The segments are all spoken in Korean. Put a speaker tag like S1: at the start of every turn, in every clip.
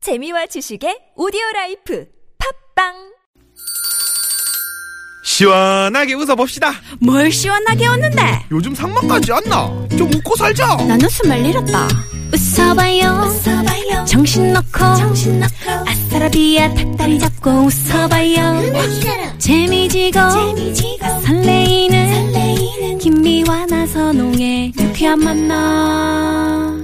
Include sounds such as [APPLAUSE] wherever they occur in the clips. S1: 재미와 지식의 오디오 라이프 팝빵
S2: 시원하게 웃어봅시다.
S3: 뭘 시원하게 웃는데
S2: 요즘 상만까지 안 나. 좀 웃고 살자.
S3: 난 웃음을 잃었다 웃어봐요, 정신 놓고 아싸라비아 닭다리 잡고 웃어봐요 재미지고, 설레이는, 김미와 나선홍의 유쾌한 만남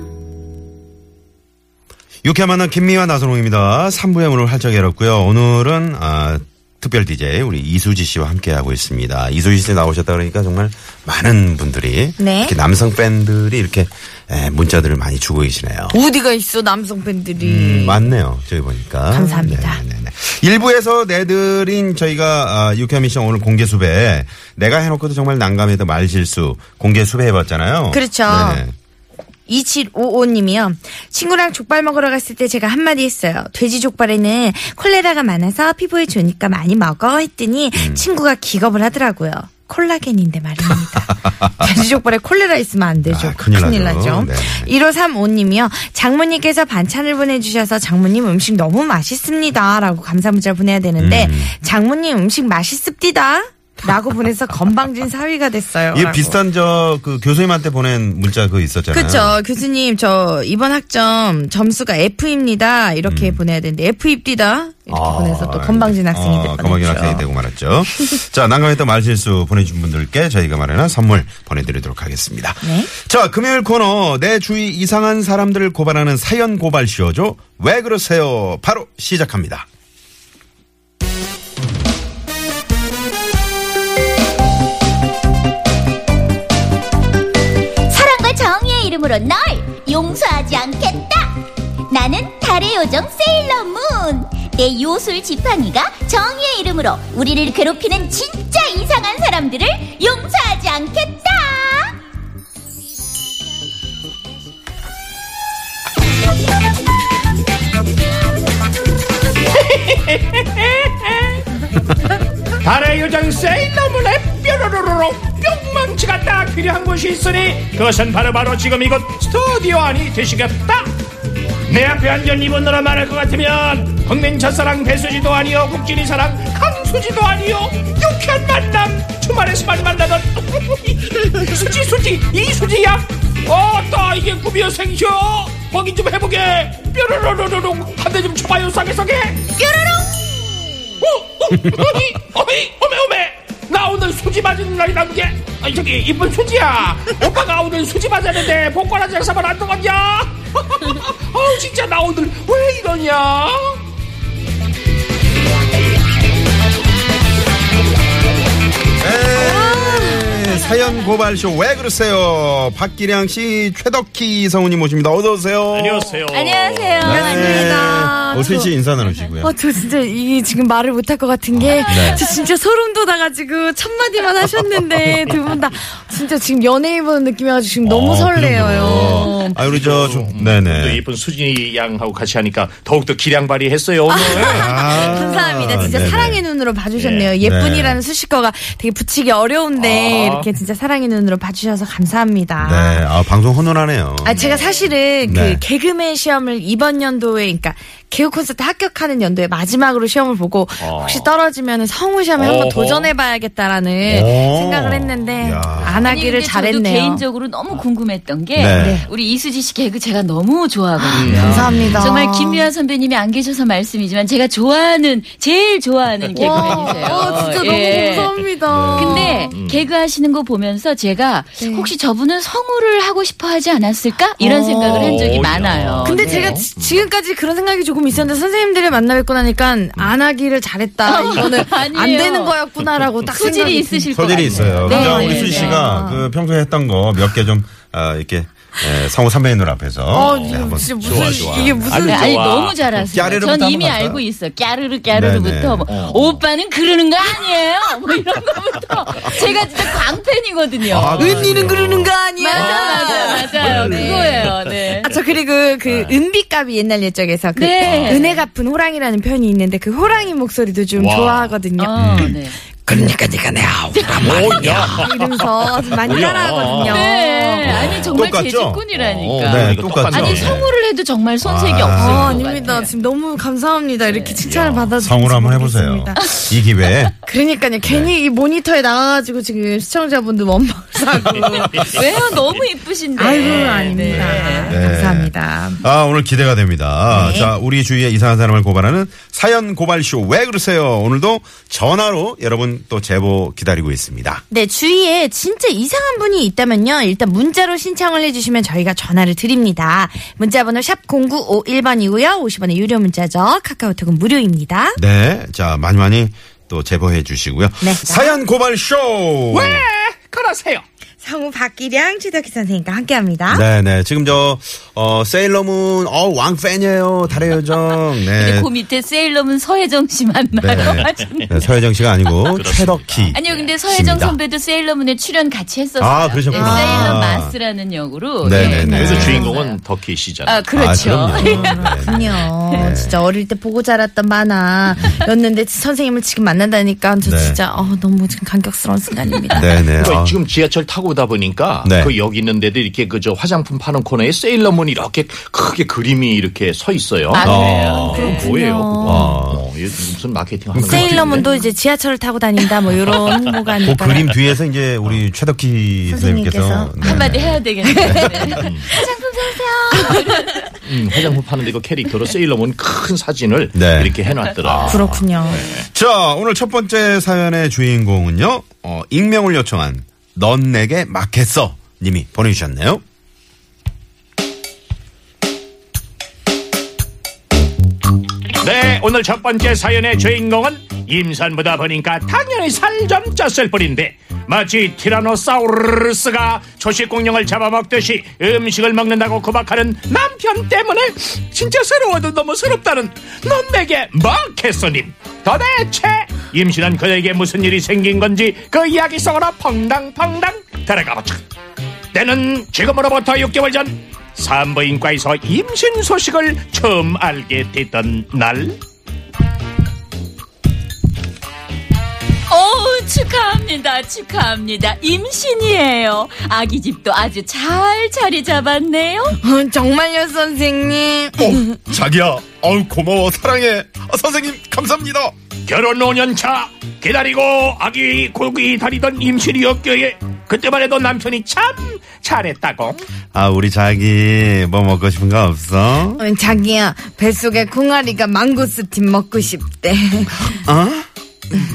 S4: 유쾌한 만남 김미화 나선홍입니다. 3부의 문을 활짝 열었고요. 오늘은 아, 특별 DJ 우리 이수지 씨와 함께하고 있습니다. 이수지 씨 나오셨다 그러니까 정말 많은 분들이
S5: 네.
S4: 특히 남성 팬들이 이렇게 에, 문자들을 많이 주고 계시네요.
S5: 어디가 있어 남성 팬들이
S4: 음, 맞네요. 저희 보니까.
S5: 감사합니다.
S4: 네네네. 일부에서 내드린 저희가 아, 유쾌한 미션 오늘 공개 수배 내가 해놓고도 정말 난감해도 말실수 공개 수배 해봤잖아요. 네,
S5: 그렇죠. 2755님이요. 친구랑 족발 먹으러 갔을 때 제가 한마디 했어요. 돼지 족발에는 콜레라가 많아서 피부에 좋으니까 많이 먹어 했더니
S4: 음.
S5: 친구가 기겁을 하더라고요. 콜라겐인데 말입니다.
S4: [LAUGHS]
S5: 돼지 족발에 콜레라 있으면 안 되죠.
S4: 아, 큰일 나죠. 네.
S5: 1535님이요. 장모님께서 반찬을 보내주셔서 장모님 음식 너무 맛있습니다. 라고 감사 문자 보내야 되는데
S4: 음.
S5: 장모님 음식 맛있습디다. 라고 보내서 건방진 사위가 됐어요.
S4: 이게
S5: 라고.
S4: 비슷한 저 그 교수님한테 보낸 문자 그 있었잖아요.
S5: 그쵸. 교수님, 저 이번 학점 점수가 F입니다. 이렇게
S4: 음.
S5: 보내야 되는데 F입디다. 이렇게 보내서 또 건방진 학생이 될
S4: 어,
S5: 뻔했죠.
S4: 아, 건방진 학생이 되고
S5: [LAUGHS]
S4: 말았죠. 자, 난감했던 말실수 보내준 분들께 저희가 마련한 선물 보내드리도록 하겠습니다.
S5: 네.
S4: 자, 금요일 코너 내 주위 이상한 사람들을 고발하는 사연 고발 쇼죠. 왜 그러세요? 바로 시작합니다.
S6: 사랑과 정의의 이름으로 널 용서하지 않겠다. 나는 달의 요정 세일러문. 내 요술 지팡이가 정의의 이름으로 우리를 괴롭히는 진짜 이상한 사람들을 용서하지 않겠다.
S7: 달의 요정 세일러문의 뾰로로로로 뿅망치가 딱 필요한 곳이 있으니 그것은 바로바로 지금 이곳 스튜디오 안이 되시겠다 내 앞에 완전 입은 너라 말할 것 같으면 국민 첫사랑 배수지도 아니요 국진이 사랑 강수지도 아니요 유쾌한 만남 주말에서만 만나던 [LAUGHS] 수지 수지 이수지야 어따 이게 구비어 생쇼 확인 좀 해보게 뾰로로로로롱 한 대 좀 쳐봐요 싸게 싸게 어? 어? 어이, 어이, 어메, 어메. 나 오늘 수지 맞은 날이란 게. 아니, 저기, 이쁜 수지야. 오빠가 오늘 수지 맞았는데, 복권 한 장사만 안 들어갔냐? [LAUGHS] 어우, 진짜 나 오늘 왜 이러냐?
S4: 네, 사연 고발 쇼왜 그러세요? 박기량 씨, 최덕희 성우님 모십니다. 어서 오세요.
S5: 안녕하세요.
S4: 네. 오순 씨 인사 나누시고요.
S5: 네.
S3: 어, 저 진짜 이 지금 말을 못 할 것 같은 게,
S4: 네.
S3: 저 진짜 소름 돋아가지고 첫
S4: [LAUGHS]
S3: 마디만 하셨는데 두 분 다 진짜 지금 연예인 보는 느낌이어가지고 지금 너무
S4: 어,
S3: 설레어요. 음.
S4: 아, 우리 저, 좀, 네네.
S7: 이쁜 수진이 양하고 같이 하니까 더욱더 기량발휘 했어요, 오늘.
S8: 네.
S4: 아,
S3: 감사합니다. 진짜
S4: 네네.
S3: 사랑의 눈으로 봐주셨네요.
S4: 네.
S3: 예쁜이라는 수식어가 되게 붙이기 어려운데
S7: 아.
S3: 이렇게 진짜 사랑의 눈으로 봐주셔서 감사합니다.
S4: 네, 아, 방송 훈훈하네요.
S3: 아, 제가 사실은
S4: 네.
S3: 그 개그맨 시험을 이번 연도에, 그러니까 개그 콘서트 합격하는 연도에 마지막으로 시험을 보고 혹시 떨어지면 성우 시험에 한번
S7: 어허.
S3: 도전해봐야겠다라는
S4: 오.
S3: 생각을 했는데
S4: 야.
S3: 안 하기를
S9: 아니, 근데
S3: 잘했네요.
S9: 저도 개인적으로 너무 궁금했던 게
S4: 네.
S9: 우리 이수지 씨 개그 제가 너무
S3: 음.
S9: 좋아하거든요.
S3: 감사합니다.
S9: 정말 김미아 선배님이 안 계셔서 말씀이지만 제가 좋아하는 제일 좋아하는 개그맨이세요.
S3: 음. 와, 어, 진짜
S9: 예.
S3: 너무 감사합니다.
S9: 근데
S3: 음.
S9: 개그 하시는 거 보면서 제가
S3: 네.
S9: 혹시 저분은 성우를 하고 싶어 하지 않았을까?
S3: 어.
S9: 이런 생각을 한 적이
S7: 야.
S9: 많아요.
S3: 근데
S9: 네.
S3: 제가 지- 지금까지 그런 생각이 조금 있었는데 선생님들을 만나 뵙고 나니까 안 하기를 잘했다. 이거는 안
S9: 어. 아니에요.
S3: 되는 거였구나라고 딱
S9: 소질이
S3: 생각이
S9: 있으실 것
S4: 소질이
S9: 같아요.
S4: 있어요.
S9: 네,
S4: 근데
S9: 네,
S4: 우리
S9: 네.
S4: 수지 씨가 그 평소에 했던 거 몇 개 좀, 아, 이렇게, 에, 성우 선배님들 앞에서.
S3: 어,
S4: 네,
S3: 이거
S4: 한번
S3: 진짜 무슨
S4: 좋아, 좋아.
S3: 이게 무슨
S9: 네, 아니
S7: 좋아.
S9: 너무 잘하세요.
S4: 까르르부터
S9: 전 이미
S4: 한번 갈까요? 어.
S9: 알고 있어. 까르르 까르르부터 뭐, 오빠는 그러는 거 아니에요. 뭐 이런 거부터 제가 진짜 광팬이거든요.
S4: 아, 네.
S3: 은이는 그러는 거 아니야?
S9: 맞아 맞아 맞아요. 그거예요. 네.
S3: 아, 저 그리고 그
S5: 네.
S3: 은비값이 옛날 옛적에서 그
S9: 네.
S3: 은혜 갚은 호랑이라는 편이 있는데 그 호랑이 목소리도 좀 좋아하거든요.
S4: 음.
S9: 어, 네.
S5: 그러니까 네가 내 아우란 말이야. 이러면서 아주 많이
S8: 뭐야.
S5: 따라하거든요.
S9: 네, 아니 정말
S4: 똑같죠?
S9: 재직꾼이라니까.
S4: 네,
S8: 그러니까
S4: 똑같죠.
S8: 똑같네.
S9: 아니 성우를 해도 정말 손색이 없어요.
S3: 아, 네. 아닙니다. 지금 너무 감사합니다. 이렇게 칭찬을 받아서.
S4: 성우로 한번 해보세요. 이
S3: [LAUGHS]
S4: 기회에.
S5: 네.
S3: 그러니까요. 괜히 이 모니터에 나와가지고 지금 시청자분들 원망 사고.
S8: 네.
S9: 왜요? 너무 이쁘신데.
S3: 아이고, 아닙니다.
S4: 네.
S3: 감사합니다.
S4: 아, 오늘 기대가 됩니다.
S3: 네.
S4: 자, 우리 주위에 이상한 사람을 고발하는 사연 고발쇼. 왜 그러세요? 오늘도 전화로 여러분 또 제보 기다리고 있습니다.
S5: 네, 주위에 진짜 이상한 분이 있다면요. 일단 문자로 신청을 해주시면 저희가 전화를 드립니다. 문자번호 샵 0951번이고요. 50원의 유료 문자죠. 카카오톡은 무료입니다.
S4: 네. 자, 많이 많이 또 제보해 주시고요.
S5: 네.
S4: 사연 고발쇼!
S7: 그러세요.
S5: 성우 박기량 최덕희 선생님과 함께합니다.
S4: 네네. 지금 저, 어, 세일러문, 어, 왕팬이에요. 달의 요정.
S9: 근데
S4: 네.
S9: 그 밑에 세일러문 서혜정 씨 만나요.
S4: 네. 네, 서혜정 씨가 아니고, 최덕희.
S9: 아니요, 근데 서혜정
S4: 씨입니다.
S9: 선배도 세일러문에 출연 같이 했었어요.
S4: 아, 그러셨구나.
S9: 네, 세일러
S4: 아.
S9: 마스라는 역으로.
S4: 네,
S9: 예,
S4: 네, 네.
S8: 여기서
S9: 같이 했어요.
S8: 주인공은 더키 씨잖아.
S9: 아, 그렇죠.
S4: 아, 그럼요. 네.
S5: 그요 진짜 어릴 때 보고 자랐던 만화였는데 선생님을 지금 만난다니까 저
S4: 네.
S5: 진짜 어, 너무 지금 감격스러운 순간입니다.
S4: 네네.
S8: 그러니까
S4: 아,
S8: 지금 지하철 타고 오다 보니까
S4: 네.
S8: 그 여기 있는데도 이렇게 그 저 화장품 파는 코너에 세일러문이 이렇게 크게 그림이 이렇게 서 있어요.
S9: 아, 그래요?
S8: 그럼 뭐예요? 그거?
S4: 아.
S8: 어, 얘 무슨 마케팅 하는 거
S5: 네. 세일러문도 이제 지하철을 타고 다닌다 뭐 이런 홍보가
S4: 그
S5: 아닐까.
S4: 그림 뒤에서 이제 우리 최덕희
S5: 선생님께서
S4: 선생님께서. 네.
S9: [LAUGHS] 어. 한마디 해야 되겠네요.
S4: [LAUGHS]
S9: 네.
S8: 음, 화장품 파는 데그 캐릭터로 세일러문 큰 사진을
S4: 네.
S8: 이렇게 해놨더라.
S5: 그렇군요.
S4: 자, 오늘 첫 번째 사연의 주인공은요, 어, 익명을 요청한 넌 내게 막했어 님이 보내주셨네요.
S7: 네, 오늘 첫 번째 사연의 주인공은 임산부다 보니까 당연히 살 좀 쪘을 뿐인데 마치 티라노사우루스가 초식 공룡을 잡아먹듯이 음식을 먹는다고 구박하는 남편 때문에 진짜 새로워도 너무 새롭다는 넌 내게 먹겠소님 도대체 임신한 그녀에게 무슨 일이 생긴 건지 그 이야기 속으로 펑당펑당 들어가보자 때는 지금으로부터 6개월 전 산부인과에서 임신 소식을 처음 알게 됐던 날
S9: 어우, 축하합니다. 축하합니다. 임신이에요. 아기 집도 아주 잘 자리 잡았네요.
S5: 어, 정말요 선생님.
S4: 어, 자기야, 어우, 고마워, 사랑해. 아, 선생님, 감사합니다.
S7: 결혼 5년차 기다리고 아기 고기 다리던 임신이 없기에 그때만 해도 남편이 참 잘했다고
S4: 아, 우리 자기, 뭐 먹고 싶은 거 없어?
S5: 어, 자기야 뱃속에 콩아리가 망고스틴 먹고 [LAUGHS] 싶대.
S4: 어?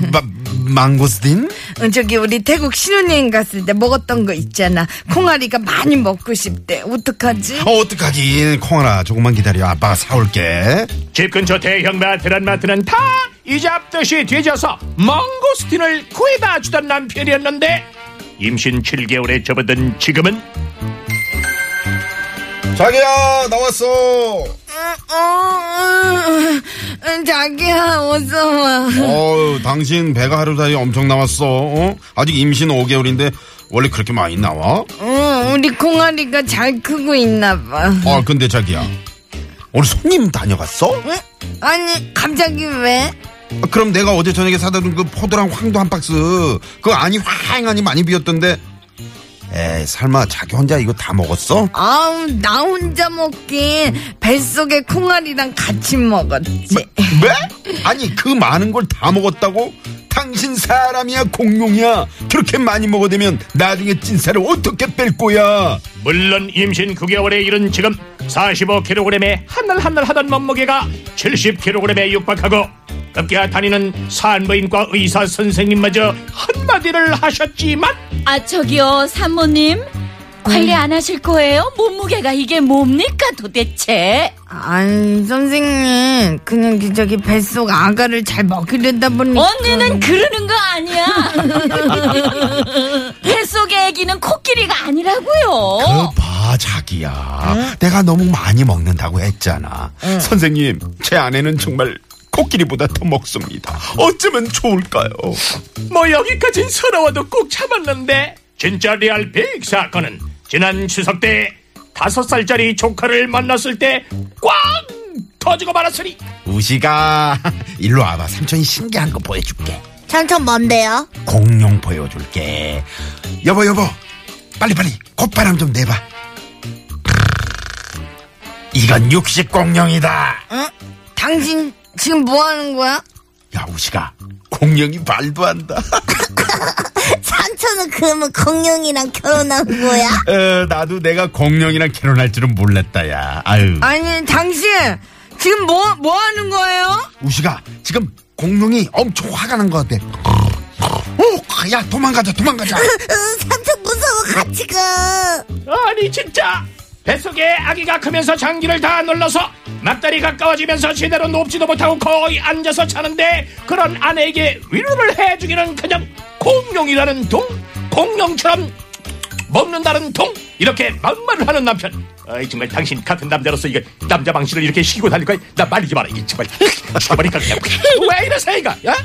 S4: 마, 망고스틴?
S5: 어, 저기 우리 태국 신혼여행 갔을 때 먹었던 거 있잖아. 콩아리가 많이 먹고 싶대. 어떡하지?
S4: 어, 어떡하긴. 콩아라, 조금만 기다려. 아빠가 사올게.
S7: 집 근처 대형 마트란 마트는 다 이제 앞듯이 뒤져서 망고스틴을 구해다 주던 남편이었는데 임신 7개월에 접어든 지금은
S4: 자기야, 나왔어.
S5: 어, 어, 어, 자기야 어서 와.
S4: 어우, 당신 배가 하루 사이에 엄청 나왔어. 어? 아직 임신 5개월인데, 원래 그렇게 많이 나와?
S5: 어, 우리 콩아리가 잘 크고 있나 봐.
S4: 아, 근데 자기야. 오늘 손님 다녀갔어?
S5: 응? 아니 갑자기 왜?
S4: 아, 그럼 내가 어제 저녁에 사다 준 그 포도랑 황도 한 박스 그 안이 황하니 많이 비었던데 에이 설마 자기 혼자 이거 다 먹었어?
S5: 아우 나 혼자 먹긴 뱃속에 콩아리랑 같이 먹었지.
S4: 왜? 아니 그 많은 걸 다 먹었다고? 당신 사람이야 공룡이야 그렇게 많이 먹어대면 나중에 찐살을 어떻게 뺄 거야
S7: 물론 임신 9개월에 이른 지금 45kg에 하늘하늘 하던 몸무게가 70kg에 육박하고 급기야 다니는 산부인과 의사 선생님마저 한마디를 하셨지만
S9: 아, 저기요, 산모님. 관리 안 하실 거예요? 몸무게가 이게 뭡니까 도대체?
S5: 아니 선생님 그냥 그 저기 뱃속 아가를 잘 먹이려다 보니까
S9: 언니는 그러는 거 아니야. 뱃속의 아기는 코끼리가
S10: 어?
S9: 아니라고요.
S4: 그봐 자기야 내가 너무 많이 먹는다고 했잖아 선생님 제 아내는 정말 코끼리보다 더 먹습니다 어쩌면 좋을까요
S7: 뭐 여기까진 서러워도 꾹 참았는데 진짜 리얼 빅 사건은 지난 추석 때 다섯 살짜리 조카를 만났을 때 꽝 터지고 말았으니
S4: 우시가 일로 와봐 삼촌이 신기한 거 보여줄게
S11: 삼촌 뭔데요?
S10: 공룡 보여줄게. 여보 여보 빨리빨리 콧바람 좀 내봐. 이건 육식 공룡이다.
S5: 어?
S11: 응? 당신 지금 뭐 하는 거야?
S10: 야 우시가 공룡이 말도 한다. [LAUGHS]
S11: 삼촌은 그러면 공룡이랑 결혼한 거야?
S10: 어, 나도 내가 공룡이랑 결혼할 줄은 몰랐다 야. 아유
S5: 아니 당신 지금 뭐 뭐 하는 거예요?
S10: 우시가 지금 공룡이 엄청 화가 난 것 같아. 오, 야 도망가자 도망가자.
S11: 삼촌 무서워 같이 가.
S7: 아니 진짜 뱃속에 아기가 크면서 장기를 다 눌러서 납다리 가까워지면서 제대로 높지도 못하고 거의 앉아서 자는데 그런 아내에게 위로를 해주기는 그냥 공룡이라는 동 공룡처럼 먹는다는 동 이렇게 막말을 하는 남편 아이 정말 당신 같은 남자로서 이거 남자 방식을 이렇게 시키고 다닐 거야 나 말리지 마라 이 정말 죽어버릴까 그냥 왜 이러세요 이거 어? 야?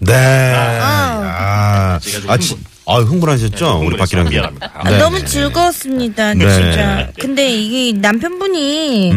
S4: 네. 아,
S8: 제가 좀
S4: 아, 지- 아, 흥분하셨죠? 우리 네. 박기랑 님.
S8: 네, 미안합니다.
S5: 아, 너무 즐거웠습니다,
S4: 네. 음.
S5: 진짜. 근데 이게 남편분이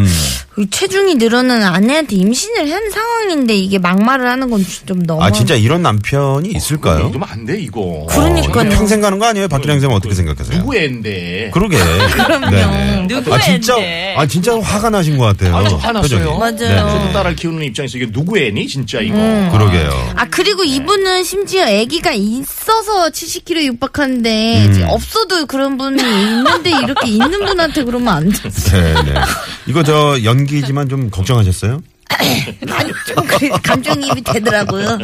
S5: 이 체중이 늘어난 아내한테 임신을 한 상황인데 이게 막말을 하는 건 좀 너무.
S4: 아, 진짜 이런 남편이 있을까요? 어,
S8: 이러면 안 돼 이거.
S5: 그러니까요.
S4: 평생 가는 거 아니에요? 박기랑 쌤은 어떻게 생각하세요?
S8: 누구 애인데?
S4: 그러게.
S5: 음,
S4: 네, 네.
S9: 누구의
S4: 아, 진짜,
S9: 애인데.
S4: 아, 진짜 화가 나신 것 같아요. 음.
S8: 아주 화났어요.
S4: 표정이. 네.
S5: 맞아요.
S8: 저도 딸을 키우는 입장에서 이게 누구 애니 진짜 이거.
S4: 그러게요.
S5: 아 그리고 이분은 심지어 아기가 있어서 70kg 육박한데 이제 없어도 그런 분이 있는데 이렇게 있는 분한테 그러면 안 돼.
S4: 네, 네. 이거 저 연기지만 좀 걱정하셨어요?
S5: 아니 좀 그래, 감정이입이 되더라고요.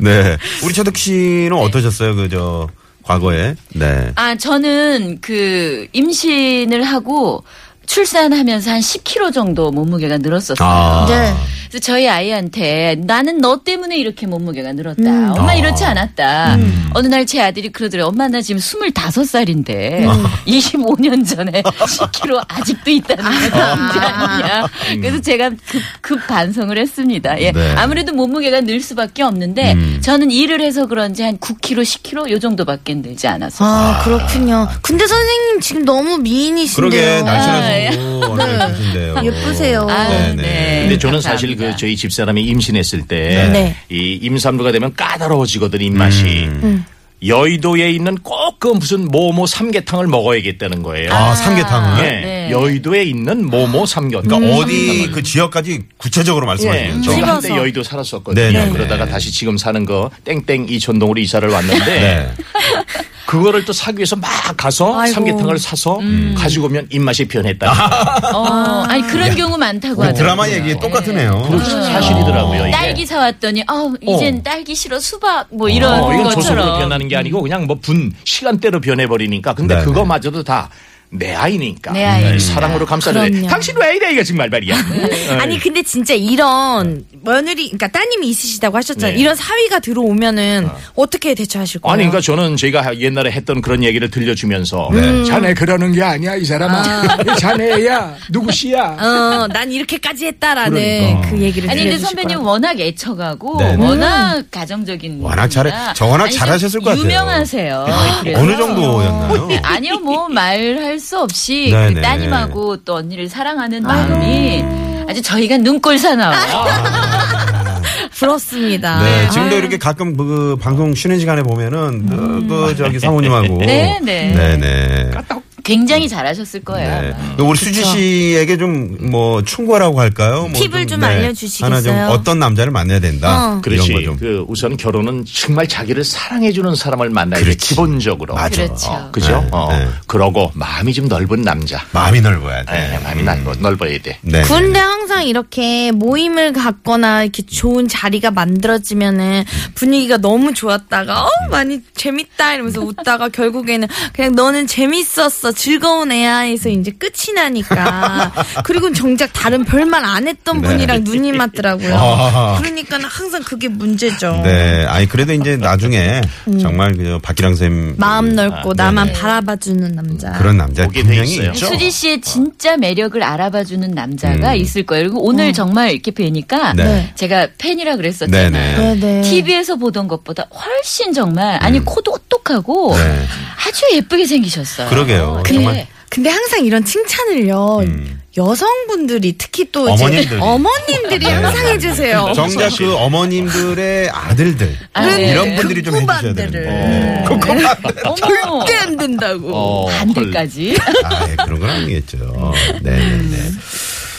S4: 네. 우리 최덕 씨는 어떠셨어요? 그, 저, 과거에. 네.
S9: 아, 저는 그 임신을 하고 출산하면서 한 10kg 정도 몸무게가 늘었었어요.
S4: 아.
S5: 네.
S9: 그래서 저희 아이한테 나는 너 때문에 이렇게 몸무게가 늘었다. 엄마
S4: 아.
S9: 이렇지 않았다. 어느 날 제 아들이 그러더래. 엄마 나 지금 25살인데 25년 전에 10kg 아직도 있다는 게 언제 아니냐. 그래서 제가 급, 급 반성을 했습니다. 예.
S4: 네.
S9: 아무래도 몸무게가 늘 수밖에 없는데 저는 일을 해서 그런지 한 9kg, 10kg 요 정도밖에 늘지 않았어요.
S5: 아 그렇군요. 근데 선생님 지금 너무 미인이신데요.
S4: 그러게,
S9: 예.
S4: 날씬하시고, 얼마나 예쁘신데요.
S5: 예쁘세요.
S9: 아유,
S4: 네네.
S9: 네.
S8: 근데 저는 사실
S9: 감사합니다.
S8: 그 저희 집사람이 임신했을 때 이
S5: 네.
S8: 임산부가 되면 까다로워지거든 입맛이.
S9: 음.
S4: 음.
S8: 여의도에 있는 꼭 그 무슨 모모 삼계탕을 먹어야겠다는 거예요.
S4: 아, 삼계탕을.
S8: 예.
S9: 네.
S8: 여의도에 있는 모모 삼계탕.
S4: 그러니까 어디 그 지역까지 구체적으로 말씀하시는
S8: 예,
S4: 거죠?
S8: 저가 한때
S5: 찍어서.
S8: 여의도 살았었거든요.
S4: 네네.
S8: 그러다가 다시 지금 사는 거 땡땡 이촌동으로 이사를 왔는데
S4: 네.
S8: 그거를 또 사기 위해서 막 가서
S5: 아이고.
S8: 삼계탕을 사서 가지고 오면 입맛이 변했다.
S4: 아,
S9: 어, 아니 그런 경우 많다고
S4: 우리
S9: 하더라고요.
S4: 드라마 얘기 똑같으네요.
S8: 그렇죠. 사실이더라고요. 이게.
S9: 딸기 사왔더니 어 이젠
S8: 어.
S9: 딸기 싫어 수박 뭐 이런
S8: 어, 이건 조선으로
S9: 것처럼
S8: 변하는 게 아니고 그냥 뭐 분 시간대로 변해버리니까 근데
S4: 네네.
S8: 그거마저도 다 내 아이니까
S9: 내 아이니까.
S8: 사랑으로 감싸줘야
S5: 그럼요.
S8: 당신 왜 이래 이거 정말 말이야
S5: 네. 아니 근데 진짜 이런 며느리 그러니까 따님이 있으시다고 하셨잖아요.
S8: 네.
S5: 이런 사위가 들어오면은 어. 떻게 대처하실 거예요?
S8: 아니 그러니까 저는 제가 옛날에 했던 그런 얘기를 들려주면서 자네 그러는 게 아니야 이 사람아 자네야 누구시야
S5: 어, 난 이렇게까지 했다라는 그 얘기를
S9: 아니 근데
S5: 들려주실
S9: 선배님
S5: 거라고.
S9: 워낙 애처가고
S4: 네.
S9: 워낙 가정적인
S4: 워낙 잘해-
S9: 분이라
S4: 저 워낙
S9: 아니, 좀
S4: 잘하셨을 것 같아요.
S9: 유명하세요. 그래서.
S4: 어느 정도였나요?
S9: 아니요 뭐 말할 수 없이
S4: 네네. 아.
S9: 그 따님하고 또 언니를 사랑하는 마음이 아주 저희가 눈꼴 사나워.
S5: 부럽습니다.
S4: 네, 지금도 이렇게 가끔 그 방송 쉬는 시간에 보면은 그, 그 저기 사모님하고
S9: 네, 네.
S4: 네, 네.
S9: 굉장히 잘하셨을 거예요.
S4: 네.
S5: 음.
S4: 우리 수지 씨에게 좀 뭐 충고라고 할까요? 뭐
S5: 팁을 좀 알려주시겠어요?
S4: 하나 좀 어떤 남자를 만나야 된다.
S9: 음.
S8: 그렇지.
S4: 이런 거 좀.
S8: 그 우선 결혼은 정말 자기를 사랑해주는 사람을 만나야 돼.
S4: 그렇지.
S8: 기본적으로.
S4: 맞아.
S9: 그렇죠.
S8: 어, 그죠?
S4: 네,
S8: 어.
S4: 네.
S8: 그러고 마음이 좀 넓은 남자.
S4: 마음이 넓어야 돼.
S8: 네, 마음이 넓어, 넓어야 돼.
S4: 네.
S5: 근데 항상 이렇게 모임을 갖거나 이렇게 좋은 자리가 만들어지면은 분위기가 너무 좋았다가 어 많이 재밌다 이러면서 웃다가 결국에는 그냥 너는 재밌었어 즐거운 애야 해서 이제 끝이 나니까 그리고 정작 다른 별말 안 했던
S4: 네.
S5: 분이랑 눈이 맞더라고요.
S4: 아하.
S5: 그러니까 항상 그게 문제죠.
S4: 네. 아니 그래도 이제 나중에 정말 그저 박기랑 쌤
S5: 음. 마음 넓고
S4: 아,
S5: 나만
S4: 네네.
S5: 바라봐주는 남자.
S4: 그런 남자
S8: 보게 돼
S4: 분명히
S8: 있어요.
S4: 있죠.
S9: 수지 씨의 진짜 매력을 알아봐주는 남자가 있을 거예요. 그리고 오늘 정말 이렇게
S5: 아,
S9: 뵈니까
S4: 음. 네.
S9: 제가 팬이라 그랬었잖아요.
S4: 네, 네.
S5: 네네.
S9: TV에서 보던 것보다 훨씬 정말 아니 코도 오똑하고
S4: 음. 네. 그렇죠.
S9: 아주 예쁘게 생기셨어요.
S4: 그러게요.
S9: 네.
S4: 정말.
S5: 근데 항상 이런 칭찬을요. 여성분들이 특히 또 이제
S4: 음. 어머님들이. 아, 네.
S5: 어머님들이 네. 항상 해주세요.
S4: 정작 그 어머님들의 아들들
S5: 아, 네.
S4: 이런 분들이 좀 해주셔야
S5: 금고반대를. 네.
S4: 되는 거.
S9: 어머
S5: 절대 안 된다고.
S4: 어,
S9: 반대까지.
S4: 아, 예, 그런 건 아니겠죠. 네네네.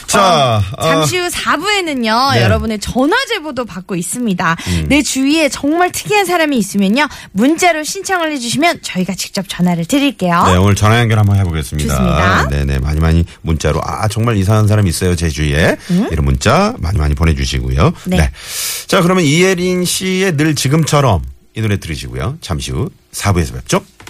S4: 자,
S5: 어, 잠시 후 4부에는요,
S4: 네. 음.
S5: 여러분의 전화 제보도 받고 있습니다. 내 주위에 정말 특이한 사람이 있으면요, 문자로 신청을 해주시면 저희가 직접 전화를 드릴게요.
S4: 네, 오늘 전화 연결 한번 해보겠습니다.
S5: 좋습니다.
S4: 네네, 많이 많이 문자로, 아, 정말 이상한 사람 있어요, 제 주위에. 이런 문자 많이 많이 보내주시고요.
S5: 음? 네.
S4: 자, 그러면 이혜린 씨의 늘 지금처럼 이 노래 들으시고요. 잠시 후 4부에서 뵙죠.
S3: oh oh